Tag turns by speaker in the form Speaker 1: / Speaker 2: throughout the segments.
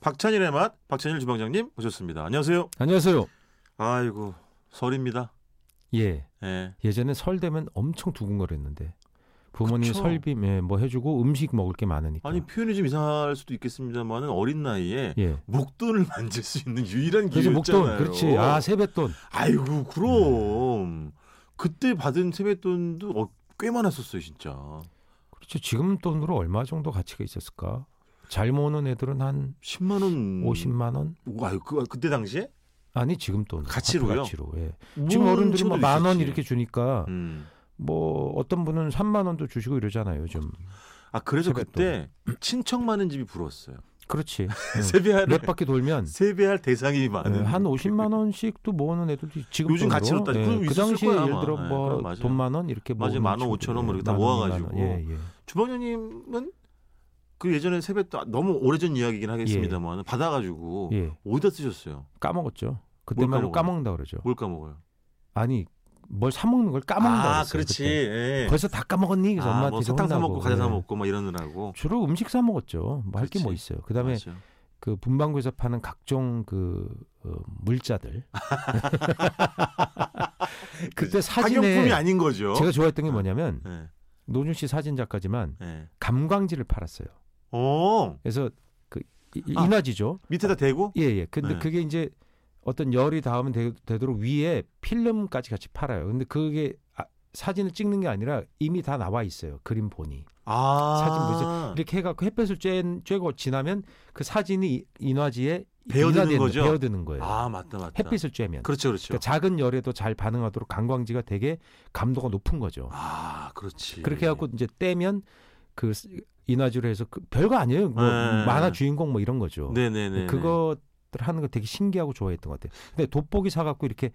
Speaker 1: 박찬일의 맛, 박찬일 주방장님 오셨습니다. 안녕하세요.
Speaker 2: 안녕하세요.
Speaker 1: 아이고 설입니다.
Speaker 2: 예.
Speaker 1: 예.
Speaker 2: 예전에 설 되면 엄청 두근거렸는데 부모님
Speaker 1: 그쵸.
Speaker 2: 설빔에 뭐 해주고 음식 먹을 게 많으니까.
Speaker 1: 아니 표현이 좀 이상할 수도 있겠습니다만은 어린 나이에
Speaker 2: 예.
Speaker 1: 목돈을 만질 수 있는 유일한
Speaker 2: 그래서
Speaker 1: 기회였잖아요. 어.
Speaker 2: 목돈 그렇지. 아 네. 세뱃돈.
Speaker 1: 이고 그럼 그때 받은 세뱃돈도 어, 꽤 많았었어요 진짜.
Speaker 2: 그렇죠. 지금 돈으로 얼마 정도 가치가 있었을까? 잘 모으는 애들은 한
Speaker 1: 10만 원.
Speaker 2: 50만 원?
Speaker 1: 아유 그 그때 당시에
Speaker 2: 아니 지금 돈
Speaker 1: 가치로요?
Speaker 2: 가치로. 예. 지금
Speaker 1: 물론
Speaker 2: 어른들이
Speaker 1: 저도
Speaker 2: 만 원
Speaker 1: 있었지.
Speaker 2: 이렇게 주니까
Speaker 1: 음.
Speaker 2: 뭐 어떤 분은 3만 원도 주시고 이러잖아요. 요즘.
Speaker 1: 아 그래서
Speaker 2: 세뱃돈.
Speaker 1: 그때 친척 많은 집이 부러웠어요.
Speaker 2: 그렇지.
Speaker 1: 세배할
Speaker 2: 몇 바퀴 돌면
Speaker 1: 세배할 대상이 많은
Speaker 2: 예, 한 50만 원씩도 모으는 애들도 지금
Speaker 1: 아, 네. 요즘 가치로 따지- 그럼
Speaker 2: 그
Speaker 1: 있었을
Speaker 2: 당시에
Speaker 1: 거야, 아마.
Speaker 2: 예를 들어
Speaker 1: 예,
Speaker 2: 뭐
Speaker 1: 그럼 맞아요.
Speaker 2: 돈 만 원 이렇게
Speaker 1: 맞아요.
Speaker 2: 모으는
Speaker 1: 만 원,
Speaker 2: 친구들.
Speaker 1: 오천 원 이렇게 다
Speaker 2: 만 원, 이만
Speaker 1: 모아가지고.
Speaker 2: 원. 예, 예.
Speaker 1: 주방장님은 그 예전에 세뱃돈 너무 오래전 이야기긴 하겠습니다만 받아가지고
Speaker 2: 예.
Speaker 1: 어디다 쓰셨어요?
Speaker 2: 까먹었죠. 그때만 해도
Speaker 1: 뭐. 까먹어요?
Speaker 2: 까먹는다 그러죠.
Speaker 1: 뭘 까먹어요?
Speaker 2: 아니 뭘 사 먹는 걸 까먹는다
Speaker 1: 아
Speaker 2: 그랬어요.
Speaker 1: 그렇지.
Speaker 2: 그때.
Speaker 1: 예.
Speaker 2: 벌써 다 까먹었니? 그래서
Speaker 1: 아,
Speaker 2: 엄마한테
Speaker 1: 뭐 사탕 사
Speaker 2: 혼나고.
Speaker 1: 먹고 과자 사
Speaker 2: 예.
Speaker 1: 먹고 막 이러느라고.
Speaker 2: 주로 음식 사 먹었죠. 뭐 할 게 뭐
Speaker 1: 그렇지.
Speaker 2: 있어요. 그다음에
Speaker 1: 맞아요.
Speaker 2: 그 분방구에서 파는 각종 그 어, 물자들. 그때
Speaker 1: 학용품이
Speaker 2: 사진에
Speaker 1: 아닌 거죠.
Speaker 2: 제가 좋아했던 게 뭐냐면
Speaker 1: 예.
Speaker 2: 노준 씨 사진 작가지만
Speaker 1: 예.
Speaker 2: 감광지를 팔았어요.
Speaker 1: 어
Speaker 2: 그래서 그 이- 이-
Speaker 1: 아.
Speaker 2: 인화지죠.
Speaker 1: 밑에다 대고
Speaker 2: 예, 예. 근데
Speaker 1: 네.
Speaker 2: 그게 이제 어떤 열이 닿으면 되, 도록 위에 필름까지 같이 팔아요. 근데 그게 아, 사진을 찍는 게 아니라 이미 다 나와 있어요. 그림 보니.
Speaker 1: 아
Speaker 2: 사진 뭐지? 이렇게 해갖고 햇볕을 쬐, 쬐고 지나면 그 사진이 이- 인화지에
Speaker 1: 배어드는
Speaker 2: 인화되는-
Speaker 1: 거죠?
Speaker 2: 배어드는 거예요.
Speaker 1: 아 맞다 맞다.
Speaker 2: 햇빛을 쬐면.
Speaker 1: 그렇죠 그렇죠.
Speaker 2: 그러니까 작은 열에도 잘 반응하도록 강광지가 되게 감도가 높은 거죠.
Speaker 1: 아 그렇지.
Speaker 2: 그렇게 해갖고 이제 떼면 그 스- 인화지로 해서 그 별거 아니에요. 뭐
Speaker 1: 네.
Speaker 2: 만화 주인공 뭐 이런 거죠.
Speaker 1: 네네네.
Speaker 2: 그것들 하는 거 되게 신기하고 좋아했던 것 같아요. 근데 돋보기 사갖고 이렇게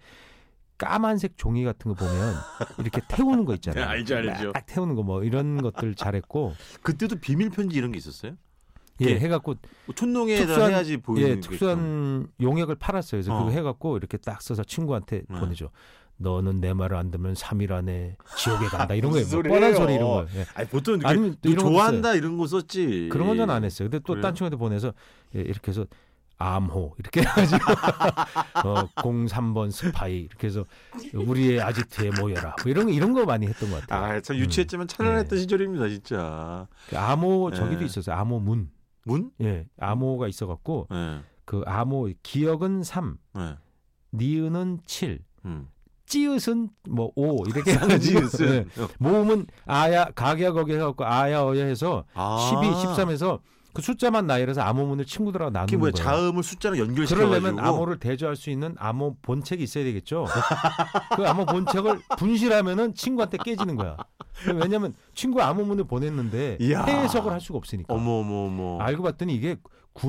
Speaker 2: 까만색 종이 같은 거 보면 이렇게 태우는 거 있잖아요.
Speaker 1: 네, 알죠, 알죠.
Speaker 2: 딱 태우는 거 뭐 이런 것들 잘했고
Speaker 1: 그때도 비밀 편지 이런 게 있었어요?
Speaker 2: 예,
Speaker 1: 예.
Speaker 2: 해갖고
Speaker 1: 뭐 촌농에다
Speaker 2: 특수한-
Speaker 1: 해야지 보이는
Speaker 2: 예
Speaker 1: 게 있죠.
Speaker 2: 특수한 용액을 팔았어요. 그래서
Speaker 1: 어.
Speaker 2: 그거 해갖고 이렇게 딱 써서 친구한테
Speaker 1: 네.
Speaker 2: 보내죠. 너는 내 말을 안 들면 3일 안에 지옥에 간다 이런 거예요.
Speaker 1: 무슨
Speaker 2: 뭐
Speaker 1: 소리예요?
Speaker 2: 뻔한 소리 이런 거. 예.
Speaker 1: 아니 보통 이렇게
Speaker 2: 아니면 또
Speaker 1: 너
Speaker 2: 이런 거
Speaker 1: 좋아한다 이런 거 썼지.
Speaker 2: 그런 건 전 안 했어요. 근데 또
Speaker 1: 예. 그래요?
Speaker 2: 딴 친구한테 보내서 예, 이렇게 해서 암호 이렇게 해가지고 어, 03번 스파이 이렇게 해서 우리의 아지트에 모여라 뭐 이런 거- 이런 거 많이 했던 것 같아요.
Speaker 1: 아참 유치했지만 찬란했던
Speaker 2: 네.
Speaker 1: 시절입니다 진짜.
Speaker 2: 그 암호 저기도
Speaker 1: 예.
Speaker 2: 있었어요. 암호 문.
Speaker 1: 문?
Speaker 2: 예, 암호가 있어갖고
Speaker 1: 예.
Speaker 2: 그 암호 기억은 3,
Speaker 1: 예.
Speaker 2: 니은은 7,
Speaker 1: 음.
Speaker 2: 네. 찌읒은 뭐5 이렇게
Speaker 1: 강아지
Speaker 2: 해가지고
Speaker 1: 뉴스.
Speaker 2: 예, 모음은 아야 가야 거기 해갖고 아야 어야 해서
Speaker 1: 아.
Speaker 2: 12, 13에서 그 숫자만 나열해서 암호문을 친구들하고
Speaker 1: 이게
Speaker 2: 나누는
Speaker 1: 뭐야
Speaker 2: 거예요.
Speaker 1: 자음을 숫자로 연결시켜가지고.
Speaker 2: 그러려면 암호를 대조할 수 있는 암호 본책이 있어야 되겠죠. 그 암호 본책을 분실하면은 친구한테 깨지는 거야. 왜냐하면 친구 암호문을 보냈는데
Speaker 1: 이야.
Speaker 2: 해석을 할 수가 없으니까.
Speaker 1: 어머 어머 어머.
Speaker 2: 알고 봤더니 아, 이게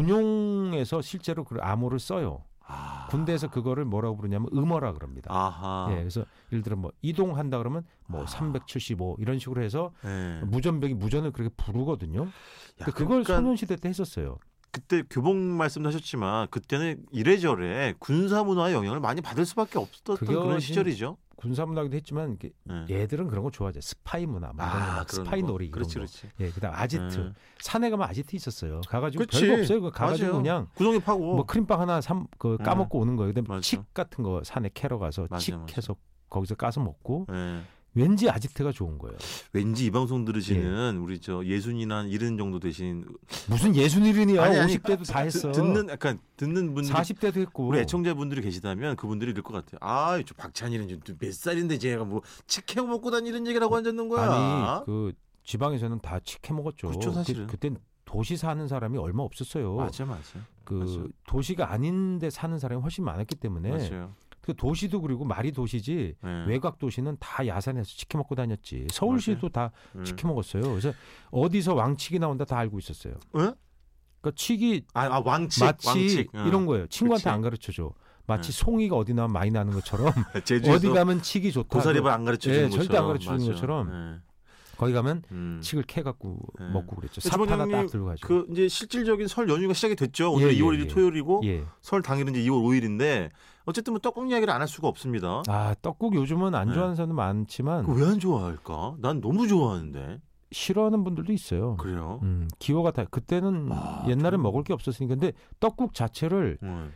Speaker 2: 군용에서 실제로 그 암호를 써요.
Speaker 1: 아.
Speaker 2: 군대에서 그거를 뭐라고 부르냐면 음어라 그럽니다.
Speaker 1: 아하.
Speaker 2: 예, 그래서 예를 들어 뭐 이동한다 그러면
Speaker 1: 아.
Speaker 2: 뭐 375 이런 식으로 해서
Speaker 1: 예.
Speaker 2: 무전병이 무전을 그렇게 부르거든요.
Speaker 1: 야,
Speaker 2: 근데 그러니까 그걸
Speaker 1: 그러니까
Speaker 2: 소년시대 때 했었어요.
Speaker 1: 그때 교복 말씀도 하셨지만 그때는 이래저래 군사 문화의 영향을 많이 받을 수밖에 없었던
Speaker 2: 그게
Speaker 1: 그런
Speaker 2: 훨씬-
Speaker 1: 시절이죠.
Speaker 2: 군사문화기도 했지만 이게
Speaker 1: 예.
Speaker 2: 얘들은 그런 거 좋아하죠. 스파이 문화, 막 이런 거, 막
Speaker 1: 아, 그런
Speaker 2: 스파이
Speaker 1: 거.
Speaker 2: 놀이 이런
Speaker 1: 그렇지
Speaker 2: 거.
Speaker 1: 그렇지.
Speaker 2: 예, 그다음 아지트.
Speaker 1: 예.
Speaker 2: 산에 가면 아지트 있었어요. 가가지고
Speaker 1: 그치.
Speaker 2: 별거 없어요. 그거 가가지고
Speaker 1: 맞아요.
Speaker 2: 그냥
Speaker 1: 구성이 파고
Speaker 2: 뭐 크림빵 하나 삼, 그
Speaker 1: 예.
Speaker 2: 까먹고 오는 거예요. 그다음에
Speaker 1: 맞아.
Speaker 2: 칡 같은 거 산에 캐러 가서
Speaker 1: 맞아,
Speaker 2: 칡
Speaker 1: 맞아.
Speaker 2: 해서 거기서 까서 먹고
Speaker 1: 예.
Speaker 2: 왠지 아지트가 좋은 거예요.
Speaker 1: 왠지 이 방송
Speaker 2: 예.
Speaker 1: 들으시는 우리 저 예순이나 한 이른 정도 되신
Speaker 2: 무슨 예순일이냐?
Speaker 1: 아니, 아니.
Speaker 2: 50대도 다 했어.
Speaker 1: 듣- 듣는 약간 듣는 분들
Speaker 2: 40대도 했고.
Speaker 1: 우리 애청자분들이 계시다면 그분들이 이럴 것 같아요. 아, 저 박찬일은 지금 몇 살인데 쟤가 뭐 치킨 먹고 다니는 얘기라고 앉았는 거야.
Speaker 2: 어, 아니 그 지방에서는 다 칡해 먹었죠.
Speaker 1: 그렇죠, 사실은.
Speaker 2: 그, 땐 도시 사는 사람이 얼마 없었어요.
Speaker 1: 맞아 맞아.
Speaker 2: 그
Speaker 1: 맞아요.
Speaker 2: 도시가 아닌데 사는 사람이 훨씬 많았기 때문에
Speaker 1: 맞아요.
Speaker 2: 그 도시도 그리고 말이 도시지
Speaker 1: 예.
Speaker 2: 외곽 도시는 다 야산에서 치킨 먹고 다녔지 서울시도 다
Speaker 1: 예.
Speaker 2: 치킨 먹었어요 그래서 어디서 왕치기 나온다 다 알고 있었어요
Speaker 1: 예?
Speaker 2: 그러니까 치기
Speaker 1: 아, 아, 왕칙,
Speaker 2: 마치
Speaker 1: 왕칙. 어.
Speaker 2: 이런 거예요 친구한테
Speaker 1: 그치.
Speaker 2: 안 가르쳐줘 마치
Speaker 1: 예.
Speaker 2: 송이가 어디 나면 많이 나는 것처럼
Speaker 1: 제주에서
Speaker 2: 어디 가면 치기 좋다
Speaker 1: 고사리발 안 가르쳐 주는
Speaker 2: 예,
Speaker 1: 것처럼.
Speaker 2: 절대 안 가르쳐주는
Speaker 1: 맞아.
Speaker 2: 것처럼.
Speaker 1: 예.
Speaker 2: 거기 가면
Speaker 1: 음.
Speaker 2: 칡을 캐갖고
Speaker 1: 예.
Speaker 2: 먹고 그랬죠
Speaker 1: 근데
Speaker 2: 삽 하나
Speaker 1: 주방장님,
Speaker 2: 딱 들고 가죠
Speaker 1: 그 어? 이제 실질적인 설 연휴가 시작이 됐죠. 오늘
Speaker 2: 예,
Speaker 1: 2월
Speaker 2: 예,
Speaker 1: 1일
Speaker 2: 예.
Speaker 1: 토요일이고
Speaker 2: 예.
Speaker 1: 설 당일은 이제 2월 5일인데 어쨌든 뭐 떡국 이야기를 안 할 수가 없습니다.
Speaker 2: 아 떡국 요즘은 안
Speaker 1: 예. 그
Speaker 2: 좋아하는 사람도 많지만
Speaker 1: 왜 안 좋아할까? 난 너무 좋아하는데.
Speaker 2: 싫어하는 분들도 있어요.
Speaker 1: 그래요.
Speaker 2: 음, 기호가 다 그때는
Speaker 1: 아,
Speaker 2: 옛날에
Speaker 1: 좀-
Speaker 2: 먹을 게 없었으니까 근데 떡국 자체를
Speaker 1: 음.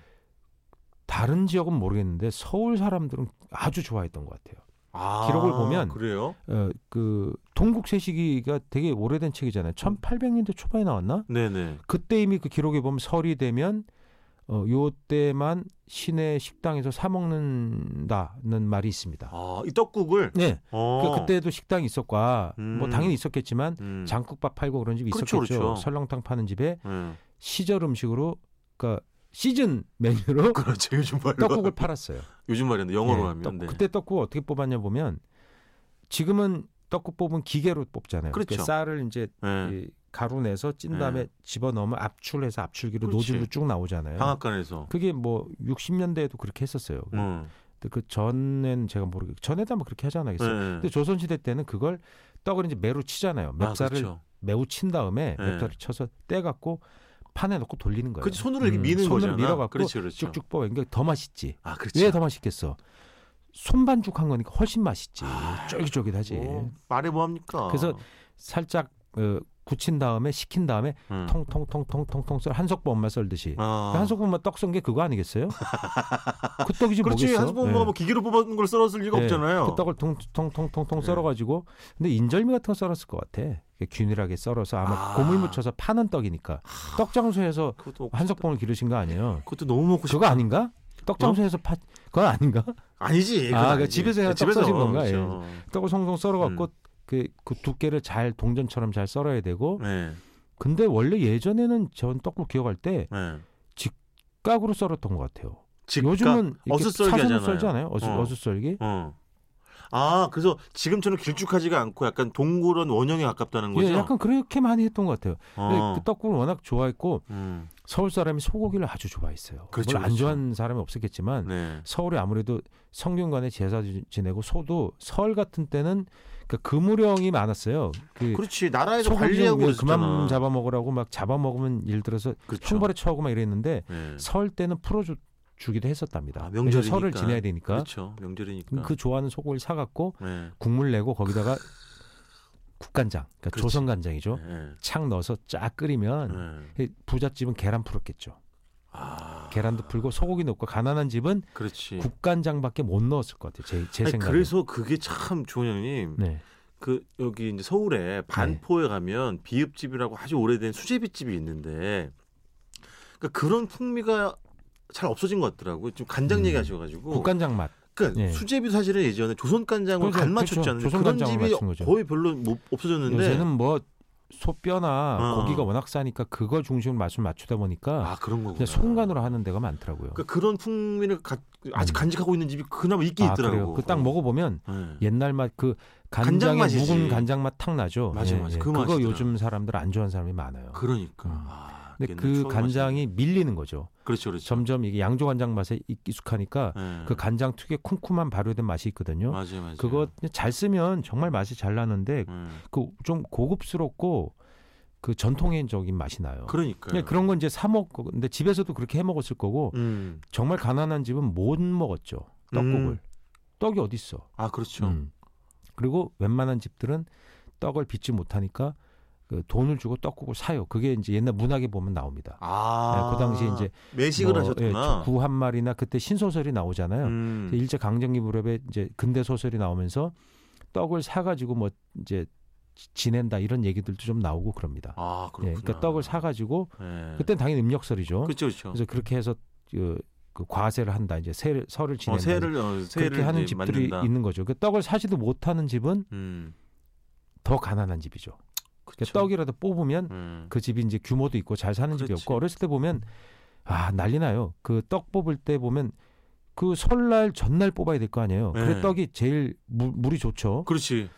Speaker 2: 다른 지역은 모르겠는데 서울 사람들은 아주 좋아했던 것 같아요.
Speaker 1: 아,
Speaker 2: 기록을 보면
Speaker 1: 그래요.
Speaker 2: 어, 그 동국세시기가 되게 오래된 책이잖아요. 1800년대 초반에 나왔나?
Speaker 1: 네네.
Speaker 2: 그때 이미 그 기록에 보면 설이 되면 어, 요때만 시내 식당에서 사 먹는다는 말이 있습니다.
Speaker 1: 아이 떡국을.
Speaker 2: 네.
Speaker 1: 어.
Speaker 2: 그, 그때도 식당이 있었고 아, 뭐
Speaker 1: 음.
Speaker 2: 당연히 있었겠지만
Speaker 1: 음.
Speaker 2: 장국밥 팔고 그런 집이
Speaker 1: 그렇죠,
Speaker 2: 있었겠죠.
Speaker 1: 그렇죠.
Speaker 2: 설렁탕 파는 집에
Speaker 1: 네.
Speaker 2: 시절 음식으로 그러니까 시즌 메뉴로
Speaker 1: 그렇죠. 요즘 말로.
Speaker 2: 떡국을 팔았어요.
Speaker 1: 요즘 말인데 영어로
Speaker 2: 예,
Speaker 1: 하면.
Speaker 2: 떡국.
Speaker 1: 네.
Speaker 2: 그때 떡국 어떻게 뽑았냐 보면 지금은 떡국 뽑은 기계로 뽑잖아요.
Speaker 1: 그렇죠.
Speaker 2: 이렇게 쌀을 이제
Speaker 1: 네.
Speaker 2: 이 가루 내서 찐
Speaker 1: 네.
Speaker 2: 다음에 집어 넣으면 압출해서 압출기로
Speaker 1: 그렇지.
Speaker 2: 노즐로 쭉 나오잖아요.
Speaker 1: 방앗간에서.
Speaker 2: 그게 뭐 60년대에도 그렇게 했었어요.
Speaker 1: 음.
Speaker 2: 근데 그 전엔 제가 모르겠. 전에도 아마 그렇게 하지 않았겠어요.
Speaker 1: 네.
Speaker 2: 근데 조선시대 때는 그걸 떡을 이제 매로 치잖아요.
Speaker 1: 아,
Speaker 2: 맵쌀을
Speaker 1: 그렇죠.
Speaker 2: 매우 친 다음에
Speaker 1: 네.
Speaker 2: 맵쌀을 쳐서 떼갖고 판에 넣고 돌리는 거예요.
Speaker 1: 그 손으로 이렇게
Speaker 2: 음,
Speaker 1: 미는
Speaker 2: 손으로
Speaker 1: 거잖아.
Speaker 2: 밀어갖고
Speaker 1: 그렇죠, 그렇죠.
Speaker 2: 쭉쭉 뽑아. 그러니까 더 맛있지.
Speaker 1: 아, 그렇죠.
Speaker 2: 왜 더 맛있겠어? 손반죽한 거니까 훨씬 맛있지.
Speaker 1: 아,
Speaker 2: 쫄깃쫄깃하지.
Speaker 1: 뭐, 말해 뭐 합니까?
Speaker 2: 그래서 살짝 어, 굳힌 다음에 식힌 다음에
Speaker 1: 음.
Speaker 2: 통통통통통통 썰 한석보 엄마 썰듯이.
Speaker 1: 아.
Speaker 2: 한석보 엄마 떡 쏜 게 그거 아니겠어요? 그 떡이지
Speaker 1: 그렇지.
Speaker 2: 뭐겠어?
Speaker 1: 한수봉 엄마가 뭐 기계로 뽑은 걸 썰었을 리가
Speaker 2: 네.
Speaker 1: 없잖아요.
Speaker 2: 그 떡을 통통통통통
Speaker 1: 네.
Speaker 2: 썰어가지고 근데 인절미 같은 거 썰었을 것 같아. 이렇게 균일하게 썰어서 아마
Speaker 1: 아.
Speaker 2: 고물 묻혀서 파는 떡이니까 떡 장소에서
Speaker 1: 그것도 먹고 싶다.
Speaker 2: 한석봉을 기르신 거 아니에요?
Speaker 1: 그것도 너무 먹고 싶어.
Speaker 2: 그거 아닌가? 떡
Speaker 1: 뭐?
Speaker 2: 장소에서 파 그건 아닌가?
Speaker 1: 아니지.
Speaker 2: 아,
Speaker 1: 그건
Speaker 2: 그
Speaker 1: 아니지.
Speaker 2: 집에서 그냥 떡
Speaker 1: 집에서
Speaker 2: 써신 건가? 예.
Speaker 1: 그렇죠.
Speaker 2: 떡을 송송 썰어갖고 그, 그 두께를 잘 동전처럼 잘 썰어야 되고
Speaker 1: 음. 네.
Speaker 2: 근데 원래 예전에는 전 떡국 기억할 때
Speaker 1: 네.
Speaker 2: 깍으로 썰었던 것 같아요.
Speaker 1: 직각.
Speaker 2: 요즘은 이렇게
Speaker 1: 어슷썰기
Speaker 2: 사선으로
Speaker 1: 하잖아요.
Speaker 2: 썰지 않아요? 어수,
Speaker 1: 어.
Speaker 2: 어수썰기?
Speaker 1: 그러니까 어. 아, 그래서 지금처럼 길쭉하지가 않고 약간 동그란 원형에 가깝다는 거죠.
Speaker 2: 예, 약간 그렇게 많이 했던 것 같아요. 근데
Speaker 1: 어.
Speaker 2: 그 떡국을 워낙 좋아했고
Speaker 1: 음.
Speaker 2: 서울 사람이 소고기를 아주 좋아했어요.
Speaker 1: 그렇죠,
Speaker 2: 물론 안
Speaker 1: 그렇죠.
Speaker 2: 좋아하는 사람이 없었겠지만
Speaker 1: 네.
Speaker 2: 서울이 아무래도 성균관에 제사 지- 지내고 소도 서울 같은 때는 그 금우령이 많았어요. 그
Speaker 1: 그렇지. 나라에서
Speaker 2: 소고기 좀
Speaker 1: 관리하고
Speaker 2: 그만
Speaker 1: 그랬었잖아.
Speaker 2: 잡아먹으라고 막 잡아먹으면 예를 들어서
Speaker 1: 그렇죠.
Speaker 2: 형벌에 처하고 막 이랬는데
Speaker 1: 네.
Speaker 2: 설 때는 풀어주기도 했었답니다.
Speaker 1: 아, 명절이니까.
Speaker 2: 설을 지내야 되니까
Speaker 1: 그렇죠. 명절이니까.
Speaker 2: 그 좋아하는 소고기를 사갖고
Speaker 1: 네.
Speaker 2: 국물 내고 거기다가 국간장, 그러니까
Speaker 1: 그렇지.
Speaker 2: 조선 간장이죠.
Speaker 1: 네.
Speaker 2: 착 넣어서 쫙 끓이면
Speaker 1: 네.
Speaker 2: 부잣집은 계란 풀었겠죠.
Speaker 1: 아,
Speaker 2: 계란도 풀고 소고기 넣고 가난한 집은
Speaker 1: 그렇지.
Speaker 2: 국간장밖에 못 넣었을 것 같아요. 제, 제
Speaker 1: 아니,
Speaker 2: 생각에.
Speaker 1: 그래서 그게 참 조원영님
Speaker 2: 네.
Speaker 1: 그 여기 이제 서울에 반포에 가면 비읍집이라고 아주 오래된 수제비집이 있는데 그러니까 그런 풍미가 잘 없어진 것 같더라고요. 지금 간장
Speaker 2: 음.
Speaker 1: 얘기하셔가지고
Speaker 2: 국간장 맛.
Speaker 1: 그러니까
Speaker 2: 예.
Speaker 1: 수제비 사실은 예전에 조선 간장으로
Speaker 2: 그렇죠,
Speaker 1: 간 맞췄잖아요.
Speaker 2: 그렇죠.
Speaker 1: 그런
Speaker 2: 조선 간장으로
Speaker 1: 집이
Speaker 2: 맞춘 거죠.
Speaker 1: 거의 별로 못 없어졌는데
Speaker 2: 요새는 뭐 소뼈나
Speaker 1: 어.
Speaker 2: 고기가 워낙 싸니까 그걸 중심으로 맛을 맞추다 보니까
Speaker 1: 아 그런 거구나.
Speaker 2: 그냥 소금간으로 하는 데가 많더라고요.
Speaker 1: 그러니까 그런 풍미를 가- 아직
Speaker 2: 음.
Speaker 1: 간직하고 있는 집이 그나마 있긴
Speaker 2: 아,
Speaker 1: 있더라고.
Speaker 2: 그래요. 그 딱 먹어보면
Speaker 1: 예.
Speaker 2: 옛날 맛 그
Speaker 1: 간장
Speaker 2: 간장에
Speaker 1: 맛이지.
Speaker 2: 묵은 간장 맛 탁 나죠. 예,
Speaker 1: 맞아, 맞아. 그
Speaker 2: 그거
Speaker 1: 맛이더라.
Speaker 2: 요즘 사람들 안 좋아하는 사람이 많아요.
Speaker 1: 그러니까.
Speaker 2: 음.
Speaker 1: 아,
Speaker 2: 근데
Speaker 1: 옛날
Speaker 2: 그
Speaker 1: 추억이
Speaker 2: 간장이 밀리는 거죠.
Speaker 1: 맛있네. 그렇죠, 그렇죠.
Speaker 2: 점점 이게 양조 간장 맛에 익- 익숙하니까
Speaker 1: 예.
Speaker 2: 그 간장 특유의 쿰쿰한 발효된 맛이 있거든요.
Speaker 1: 맞아요, 맞아요.
Speaker 2: 그거 잘 쓰면 정말 맛이 잘 나는데
Speaker 1: 음.
Speaker 2: 그 좀 고급스럽고 그 전통적인 맛이 나요.
Speaker 1: 그러니까요.
Speaker 2: 예, 그런 건 이제 사 먹고 근데 집에서도 그렇게 해 먹었을 거고
Speaker 1: 음.
Speaker 2: 정말 가난한 집은 못 먹었죠 떡국을
Speaker 1: 음.
Speaker 2: 떡이 어디 있어?
Speaker 1: 아 그렇죠.
Speaker 2: 음. 그리고 웬만한 집들은 떡을 빚지 못하니까 그 돈을 주고 떡국을 사요. 그게 이제 옛날 문학에 보면 나옵니다.
Speaker 1: 아,
Speaker 2: 예, 그 당시에 이제
Speaker 1: 매식을
Speaker 2: 뭐,
Speaker 1: 하셨구나.
Speaker 2: 예, 구한 말이나 그때 신소설이 나오잖아요. 그
Speaker 1: 음.
Speaker 2: 일제 강점기 무렵에 이제 근대 소설이 나오면서 떡을 사가지고 뭐 이제 지- 지낸다 이런 얘기들도 좀 나오고 그럽니다.
Speaker 1: 아
Speaker 2: 예,
Speaker 1: 그렇구나.
Speaker 2: 그러니까 떡을 사가지고
Speaker 1: 예.
Speaker 2: 그땐 당연히 음력설이죠.
Speaker 1: 그렇죠, 그렇죠.
Speaker 2: 그래서 그렇게 해서 그, 그 과세를 한다 이제 세, 설을
Speaker 1: 어,
Speaker 2: 지낸다.
Speaker 1: 새를 어,
Speaker 2: 그렇게
Speaker 1: 새를
Speaker 2: 하는
Speaker 1: 이제
Speaker 2: 집들이
Speaker 1: 만든다.
Speaker 2: 있는 거죠. 그 떡을 사지도 못하는 집은
Speaker 1: 음.
Speaker 2: 더 가난한 집이죠. 그
Speaker 1: 그쵸.
Speaker 2: 떡이라도 뽑으면
Speaker 1: 음.
Speaker 2: 그 집이 이제 규모도 있고 잘 사는
Speaker 1: 그렇죠. 그렇지.
Speaker 2: 집이었고 어렸을 때 보면 아 난리나요. 그 떡 뽑을 때 보면 그 설날 전날 뽑아야 될 거 아니에요.
Speaker 1: 예.
Speaker 2: 그래 떡이 제일 물, 물이 좋죠.
Speaker 1: 그렇지,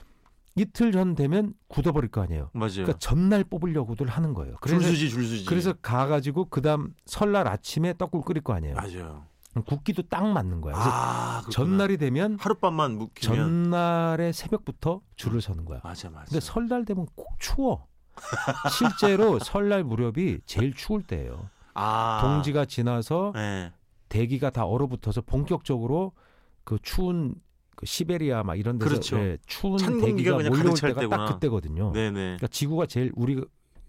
Speaker 2: 이틀 전 되면 굳어버릴 거 아니에요.
Speaker 1: 맞아요.
Speaker 2: 그러니까 전날 뽑으려고들 하는 거예요. 그래서
Speaker 1: 네. 줄수지, 줄수지.
Speaker 2: 그래서 가가지고 그다음 설날 아침에 떡국 끓일 거 아니에요.
Speaker 1: 맞아요.
Speaker 2: 굽기도 딱 맞는 거야. 그래서
Speaker 1: 아, 그렇구나.
Speaker 2: 전날이 되면
Speaker 1: 하룻밤만 묵히면
Speaker 2: 전날에 새벽부터 줄을 서는 거야.
Speaker 1: 맞아, 맞아.
Speaker 2: 근데 설날 되면 꼭 추워. 실제로 설날 무렵이 제일 추울 때예요.
Speaker 1: 아,
Speaker 2: 동지가 지나서
Speaker 1: 예.
Speaker 2: 대기가 다 얼어붙어서 본격적으로 그 추운 그 시베리아 막 이런 데서
Speaker 1: 그렇죠.
Speaker 2: 예, 추운
Speaker 1: 찬 공기가
Speaker 2: 대기가
Speaker 1: 그냥
Speaker 2: 몰려올
Speaker 1: 가득 찰
Speaker 2: 때가
Speaker 1: 때구나.
Speaker 2: 딱 그때거든요.
Speaker 1: 네네.
Speaker 2: 그러니까 지구가 제일 우리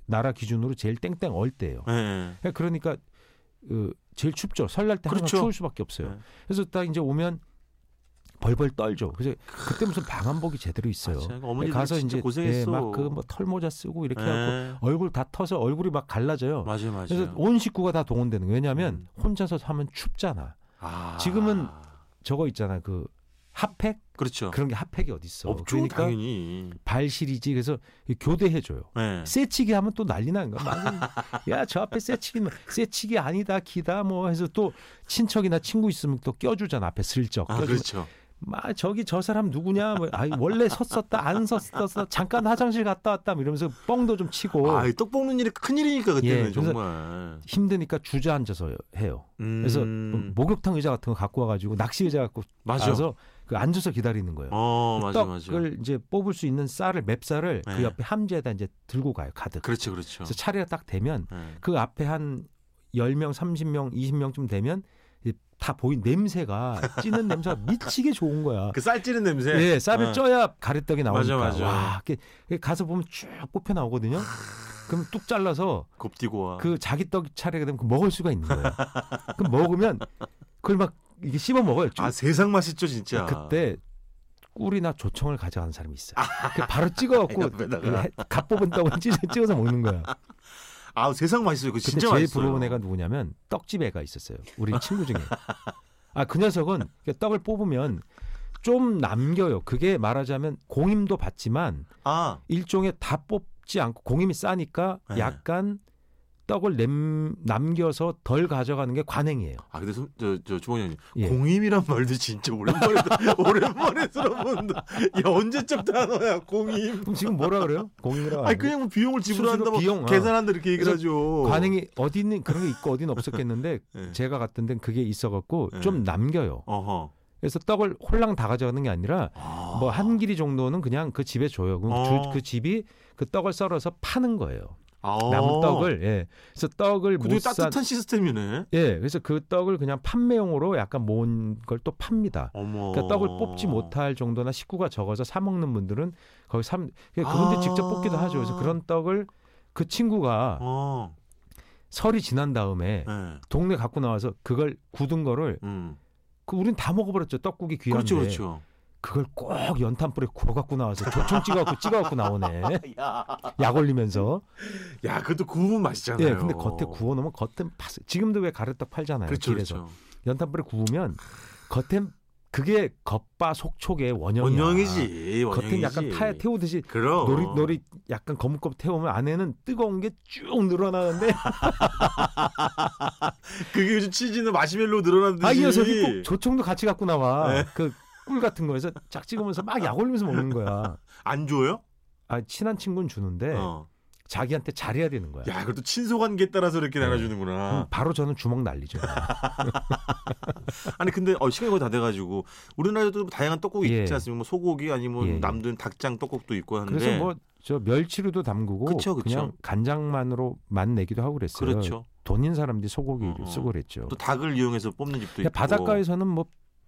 Speaker 2: 나라 기준으로 제일 땡땡 얼 때예요.
Speaker 1: 네.
Speaker 2: 그러니까 그러니까 어, 제일 춥죠. 설날 때 항상
Speaker 1: 그렇죠.
Speaker 2: 추울 수밖에 없어요.
Speaker 1: 네.
Speaker 2: 그래서 딱 이제 오면 벌벌 떨죠. 그래서 그때 무슨 방한복이 제대로 있어요.
Speaker 1: 아, 진짜 어머니들이 진짜
Speaker 2: 예,
Speaker 1: 고생했어.
Speaker 2: 막그 뭐 털모자 쓰고 이렇게 하고
Speaker 1: 네.
Speaker 2: 얼굴 다 터서 얼굴이 막 갈라져요.
Speaker 1: 맞아요, 음. 맞아요.
Speaker 2: 그래서 온 식구가 다 동원되는 거예요. 왜냐하면 혼자서 사면 춥잖아.
Speaker 1: 아.
Speaker 2: 지금은 저거 있잖아 그 핫팩
Speaker 1: 그렇죠.
Speaker 2: 그런 게 핫팩이 어디 있어?
Speaker 1: 없죠,
Speaker 2: 그러니까
Speaker 1: 당연히.
Speaker 2: 발실이지. 그래서 교대해 줘요.
Speaker 1: 네.
Speaker 2: 세치기 하면 또 난리 나는 거야. 야 저 앞에 세치기 세치기 아니다 기다 뭐 해서 또 친척이나 친구 있으면 또 껴주잖아 앞에 슬쩍.
Speaker 1: 아,
Speaker 2: 껴주면
Speaker 1: 그렇죠.
Speaker 2: 마 저기 저 사람 누구냐? 뭐, 아 원래 섰었다 안 섰었다 잠깐 화장실 갔다 왔다 뭐 이러면서 뻥도 좀 치고
Speaker 1: 아, 이떡 뽑는 일이 큰 일이니까 그때는
Speaker 2: 어. 예, 그래서-
Speaker 1: 정말.
Speaker 2: 힘드니까 주저앉아서 해요. 그래서 뭐
Speaker 1: 음,
Speaker 2: 목욕탕 의자 같은 거 갖고 와가지고 낚시 의자 갖고
Speaker 1: 맞아.
Speaker 2: 와서 그 앉아서 기다리는 거예요.
Speaker 1: 어,
Speaker 2: 그
Speaker 1: 맞아, 맞아.
Speaker 2: 떡을 이제 뽑을 수 있는 쌀을 맵쌀을
Speaker 1: 네.
Speaker 2: 그 옆에 함지에다 이제 들고 가요 가득.
Speaker 1: 그렇죠, 그렇죠.
Speaker 2: 그래서 차례가 딱 되면
Speaker 1: 네.
Speaker 2: 그 앞에 한 10명, 30명, 20명쯤 되면 이제 다 보인 냄새가 찌는 냄새가 미치게 좋은 거야.
Speaker 1: 그 쌀찌는 냄새.
Speaker 2: 예, 쌀을
Speaker 1: 어.
Speaker 2: 쪄야 가래떡이 나오니까.
Speaker 1: 맞아, 맞아.
Speaker 2: 와, 이렇게 가서 보면 쭉 뽑혀 나오거든요. 그럼 뚝 잘라서
Speaker 1: 곱디고 와.
Speaker 2: 그 자기 떡 차례가 되면 그 먹을 수가 있는 거예요. 그럼 먹으면 그걸 막 이게 씹어 먹어요. 쭉. 네,
Speaker 1: 아, 세상 맛있죠, 진짜.
Speaker 2: 그때 꿀이나 조청을 가져가는 사람이 있어요. 그 바로 찍어갖고
Speaker 1: 아. 옆에다가.
Speaker 2: 해- 갓 뽑은 떡을 찢- 찍어서 먹는 거야.
Speaker 1: 아, 세상 맛있어요. 그
Speaker 2: 근데
Speaker 1: 진짜
Speaker 2: 제일
Speaker 1: 맛있어요.
Speaker 2: 부러운 애가 누구냐면 떡집 애가 있었어요. 우리 친구 중에. 아 그 녀석은 그 떡을 뽑으면 좀 남겨요. 그게 말하자면 공임도 받지만
Speaker 1: 아,
Speaker 2: 일종의 다 뽑지 않고 공임이 싸니까
Speaker 1: 네.
Speaker 2: 약간 떡을 남, 남겨서 덜 가져가는 게 관행이에요.
Speaker 1: 아 근데 선- 저, 저 주방장님
Speaker 2: 예.
Speaker 1: 공임이란 말도 진짜 오랜만에 오랜만에 들어본다. 야 언제쯤 단어야 공임?
Speaker 2: 그럼 지금 뭐라 그래요? 공임이라고.
Speaker 1: 아니 그냥 뭐 비용을 지불한다
Speaker 2: 스스로
Speaker 1: 뭐
Speaker 2: 비용, 어.
Speaker 1: 계산한다 이렇게 얘기를
Speaker 2: 그래서
Speaker 1: 하죠.
Speaker 2: 관행이 어디 있는 그런 게 있고 어디는 없었겠는데
Speaker 1: 예.
Speaker 2: 제가 갔던 데는 그게 있어갖고
Speaker 1: 네.
Speaker 2: 좀 남겨요.
Speaker 1: 어허.
Speaker 2: 그래서 떡을 홀랑 다 가져가는 게 아니라
Speaker 1: 아.
Speaker 2: 뭐 한 길이 정도는 그냥 그 집에 줘요. 그럼
Speaker 1: 어.
Speaker 2: 주- 그 집이 그 떡을 썰어서 파는 거예요.
Speaker 1: 아.
Speaker 2: 남은 떡을 예. 그래서 떡을
Speaker 1: 그게
Speaker 2: 못산
Speaker 1: 따뜻한 시스템이네.
Speaker 2: 예. 그래서 그 떡을 그냥 판매용으로 약간 모은 걸 또 팝니다.
Speaker 1: 어머.
Speaker 2: 그러니까 떡을 뽑지 못할 정도나 식구가 적어서 사 먹는 분들은 거기 삼 그러니까 그분들
Speaker 1: 아.
Speaker 2: 직접 뽑기도 하죠. 그래서 그런 떡을 그 친구가
Speaker 1: 어.
Speaker 2: 설이 지난 다음에
Speaker 1: 네.
Speaker 2: 동네 갖고 나와서 그걸 굳은 거를
Speaker 1: 음.
Speaker 2: 그 우린 다 먹어버렸죠. 떡국이 귀한데
Speaker 1: 그렇죠, 그렇죠.
Speaker 2: 걸꼭 연탄불에 구워 갖고 나와서 조청 찍어갖고 찍어갖고 나오네.
Speaker 1: 야.
Speaker 2: 약 올리면서
Speaker 1: 야, 그것도 구우면 맛있잖아요.
Speaker 2: 예 근데 겉에 구워 놓으면 겉은 파스 지금도 왜 가래떡 팔잖아요
Speaker 1: 그렇죠,
Speaker 2: 길에서
Speaker 1: 그렇죠.
Speaker 2: 연탄불에 구우면 겉엔 그게 겉바 속촉의 원형이야
Speaker 1: 원형이지. 원형이지.
Speaker 2: 겉엔 약간 타야 태우듯이
Speaker 1: 그럼.
Speaker 2: 노릿노릿 약간 거뭇거뭇 태우면 안에는 뜨거운 게 쭉 늘어나는데
Speaker 1: 아, 그게 요즘 치즈는 마시멜로 늘어난 듯이.
Speaker 2: 아 이 녀석이 꼭 조청도 같이 갖고 나와
Speaker 1: 네.
Speaker 2: 그 꿀 같은 거에서 짝 찍으면서 막 약 올리면서 먹는 거야
Speaker 1: 안 줘요?
Speaker 2: 아 친한 친구는 주는데
Speaker 1: 어.
Speaker 2: 자기한테 잘해야 되는 거야
Speaker 1: 야, 그래도 친소관계에 따라서 이렇게
Speaker 2: 네.
Speaker 1: 나눠주는구나.
Speaker 2: 그럼 바로 저는 주먹 날리죠
Speaker 1: 아, 아니 근데 어, 시간이 거의 다 돼가지고 우리나라에도 다양한 떡국이
Speaker 2: 예.
Speaker 1: 있지 않습니까? 뭐 소고기 아니면
Speaker 2: 예, 예.
Speaker 1: 남든 닭장 떡국도 있고 하는데.
Speaker 2: 그래서 뭐 저 멸치류도 담그고
Speaker 1: 그쵸, 그쵸.
Speaker 2: 그냥 간장만으로 만 내기도 하고 그랬어요.
Speaker 1: 그렇죠.
Speaker 2: 돈 있는 사람들이 소고기
Speaker 1: 어, 어.
Speaker 2: 를 쓰고 그랬죠.
Speaker 1: 또 닭을 이용해서 뽑는 집도
Speaker 2: 근데
Speaker 1: 있고.
Speaker 2: 바닷가에서는 뭐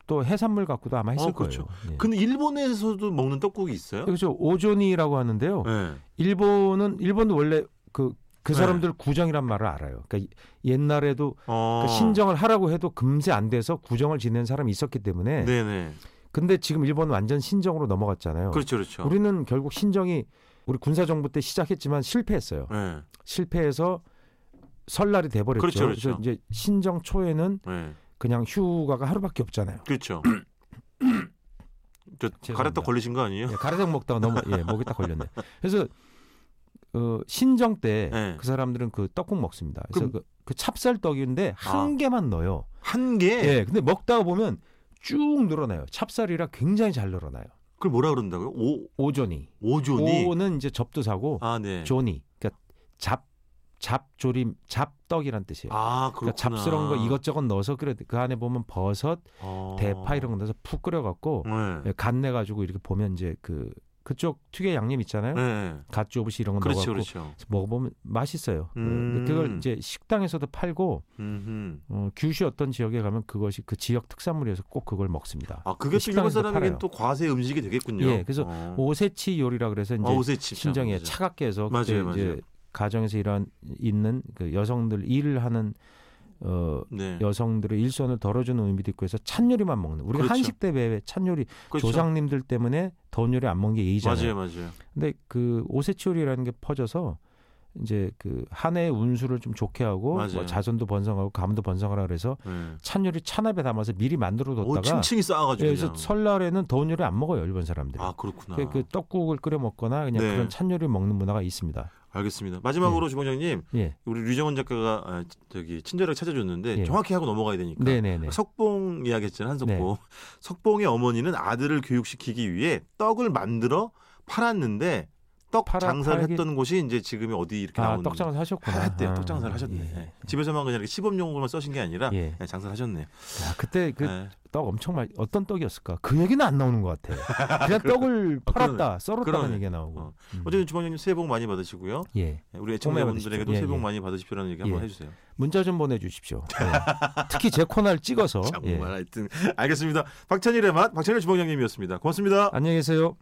Speaker 2: 또 해산물 갖고도 아마 했을
Speaker 1: 어, 그렇죠.
Speaker 2: 거예요. 예.
Speaker 1: 근데 일본에서도 먹는 떡국이 있어요?
Speaker 2: 그렇죠. 오조니라고 하는데요.
Speaker 1: 네.
Speaker 2: 일본은 일본도 원래 그, 그
Speaker 1: 네.
Speaker 2: 사람들 구정이란 말을 알아요. 그러니까 이- 옛날에도 그
Speaker 1: 어.
Speaker 2: 신정을 하라고 해도 금세 안 돼서 구정을 지낸 사람이 있었기 때문에
Speaker 1: 네네.
Speaker 2: 근데 지금 일본은 완전 신정으로 넘어갔잖아요.
Speaker 1: 그렇죠, 그렇죠.
Speaker 2: 우리는 결국 신정이 우리 군사 정부 때 시작했지만 실패했어요.
Speaker 1: 네.
Speaker 2: 실패해서 설날이 돼버렸죠.
Speaker 1: 그렇죠,
Speaker 2: 래
Speaker 1: 그렇죠.
Speaker 2: 서 이제 신정 초에는
Speaker 1: 네.
Speaker 2: 그냥 휴가가 하루밖에 없잖아요.
Speaker 1: 그렇죠. 저
Speaker 2: 죄송합니다.
Speaker 1: 가래떡 걸리신 거 아니에요?
Speaker 2: 예, 가래떡 먹다가 너무 예, 목에 딱 걸렸네. 그래서 어, 신정 때 그
Speaker 1: 네.
Speaker 2: 사람들은 그 떡국 먹습니다. 그래서
Speaker 1: 그럼-
Speaker 2: 그, 그 찹쌀 떡인데 한
Speaker 1: 아.
Speaker 2: 개만 넣어요.
Speaker 1: 한 개.
Speaker 2: 예, 근데 먹다가 보면 쭉 늘어나요. 찹쌀이라 굉장히 잘 늘어나요.
Speaker 1: 그걸 뭐라 그런다고요? 오
Speaker 2: 오존이.
Speaker 1: 오존이.
Speaker 2: 오는 이제 접두사고
Speaker 1: 아 네.
Speaker 2: 존이. 그러니까 잡 잡조림 잡떡이란 뜻이에요.
Speaker 1: 아 그렇구나.
Speaker 2: 그러니까 잡스러운 거 이것저것 넣어서 끓여 그 안에 보면 버섯
Speaker 1: 어.
Speaker 2: 대파 이런 거 예. 넣어서 푹 끓여갖고
Speaker 1: 네.
Speaker 2: 예, 간내 가지고 이렇게 보면 이제 그 그쪽 특유의 양념 있잖아요.
Speaker 1: 네.
Speaker 2: 갓조부시 이런 거
Speaker 1: 그렇죠,
Speaker 2: 넣어갖고
Speaker 1: 그렇죠.
Speaker 2: 먹어보면 맛있어요.
Speaker 1: 음.
Speaker 2: 근데 그걸 이제 식당에서도 팔고
Speaker 1: 음흠.
Speaker 2: 어, 규슈 어떤 지역에 가면 그것이 그 지역 특산물이어서 꼭 그걸 먹습니다.
Speaker 1: 아 그게 또 일본
Speaker 2: 식당에서
Speaker 1: 사람에겐
Speaker 2: 팔아요.
Speaker 1: 또 과세 음식이 되겠군요.
Speaker 2: 예, 그래서
Speaker 1: 어.
Speaker 2: 오세치 요리라 그래서 이제
Speaker 1: 아, 오세치
Speaker 2: 심정에
Speaker 1: 참,
Speaker 2: 차갑게 해서 그때
Speaker 1: 맞아요,
Speaker 2: 이제
Speaker 1: 맞아요.
Speaker 2: 가정에서 일한 있는 그 여성들 일을 하는 어
Speaker 1: 네.
Speaker 2: 여성들의 일손을 덜어주는 의미도 있고 해서 찬 요리만 먹는 우리가
Speaker 1: 그렇죠.
Speaker 2: 한식 대회에 찬 요리
Speaker 1: 그렇죠.
Speaker 2: 조상님들 때문에 더운 요리 안 먹는 게
Speaker 1: 맞아요,
Speaker 2: 예의잖아요.
Speaker 1: 맞아요.
Speaker 2: 근데 그 오세치 요리라는 게 퍼져서 이제 그 한해의 운수를 좀 좋게 하고
Speaker 1: 맞아요.
Speaker 2: 뭐 자손도 번성하고 가문도 번성하라 그래서
Speaker 1: 네.
Speaker 2: 찬 요리 찬압에 담아서 미리 만들어
Speaker 1: 오,
Speaker 2: 뒀다가
Speaker 1: 층층이
Speaker 2: 예,
Speaker 1: 쌓아가지고
Speaker 2: 그래서
Speaker 1: 그냥.
Speaker 2: 설날에는 더운 요리 안 먹어요 일본 사람들이.
Speaker 1: 아 그렇구나.
Speaker 2: 그, 그 떡국을 끓여 먹거나 그냥
Speaker 1: 네.
Speaker 2: 그런 찬 요리 먹는 문화가 있습니다.
Speaker 1: 알겠습니다. 마지막으로 주방장님
Speaker 2: 예.
Speaker 1: 우리 류정원 작가가 아, 저기 친절하게 찾아줬는데
Speaker 2: 예.
Speaker 1: 정확히 하고 넘어가야 되니까. 그
Speaker 2: 네네네. 네.
Speaker 1: 석봉 이야기했잖아요 한석봉. 석봉의 어머니는 아들을 교육시키기 위해 떡을 만들어 팔았는데 떡
Speaker 2: 팔아-
Speaker 1: 장사를
Speaker 2: 팔기-
Speaker 1: 했던 곳이 이제 지금이 어디 이렇게
Speaker 2: 아,
Speaker 1: 나오는
Speaker 2: 떡장사 하셨구나.
Speaker 1: 했대요.
Speaker 2: 아,
Speaker 1: 떡 장사를 하셨네.
Speaker 2: 예.
Speaker 1: 집에서만 그냥 이렇게 시범용으로만 써신 게 아니라
Speaker 2: 예.
Speaker 1: 그냥 장사를 하셨네요.
Speaker 2: 야, 그때 그 떡
Speaker 1: 예.
Speaker 2: 엄청 말 어떤 떡이었을까? 그 얘기는 안 나오는 것 같아. 그냥 떡을 팔았다, 썰었다는
Speaker 1: 어, 그러네.
Speaker 2: 얘기가 나오고.
Speaker 1: 어.
Speaker 2: 음.
Speaker 1: 어쨌든 주방장님 새해 복 많이 받으시고요.
Speaker 2: 예.
Speaker 1: 예, 우리
Speaker 2: 받으십시오.
Speaker 1: 애청자분들에게도
Speaker 2: 예,
Speaker 1: 새해 복
Speaker 2: 예.
Speaker 1: 많이 받으십시오라는 얘기 한번
Speaker 2: 예.
Speaker 1: 해주세요.
Speaker 2: 문자 좀 보내주십시오. 예. 특히 제 코너를 찍어서.
Speaker 1: 정말
Speaker 2: 예.
Speaker 1: 하여튼 알겠습니다. 박찬일의 맛 박찬일 주방장님이었습니다. 고맙습니다.
Speaker 2: 안녕히 계세요.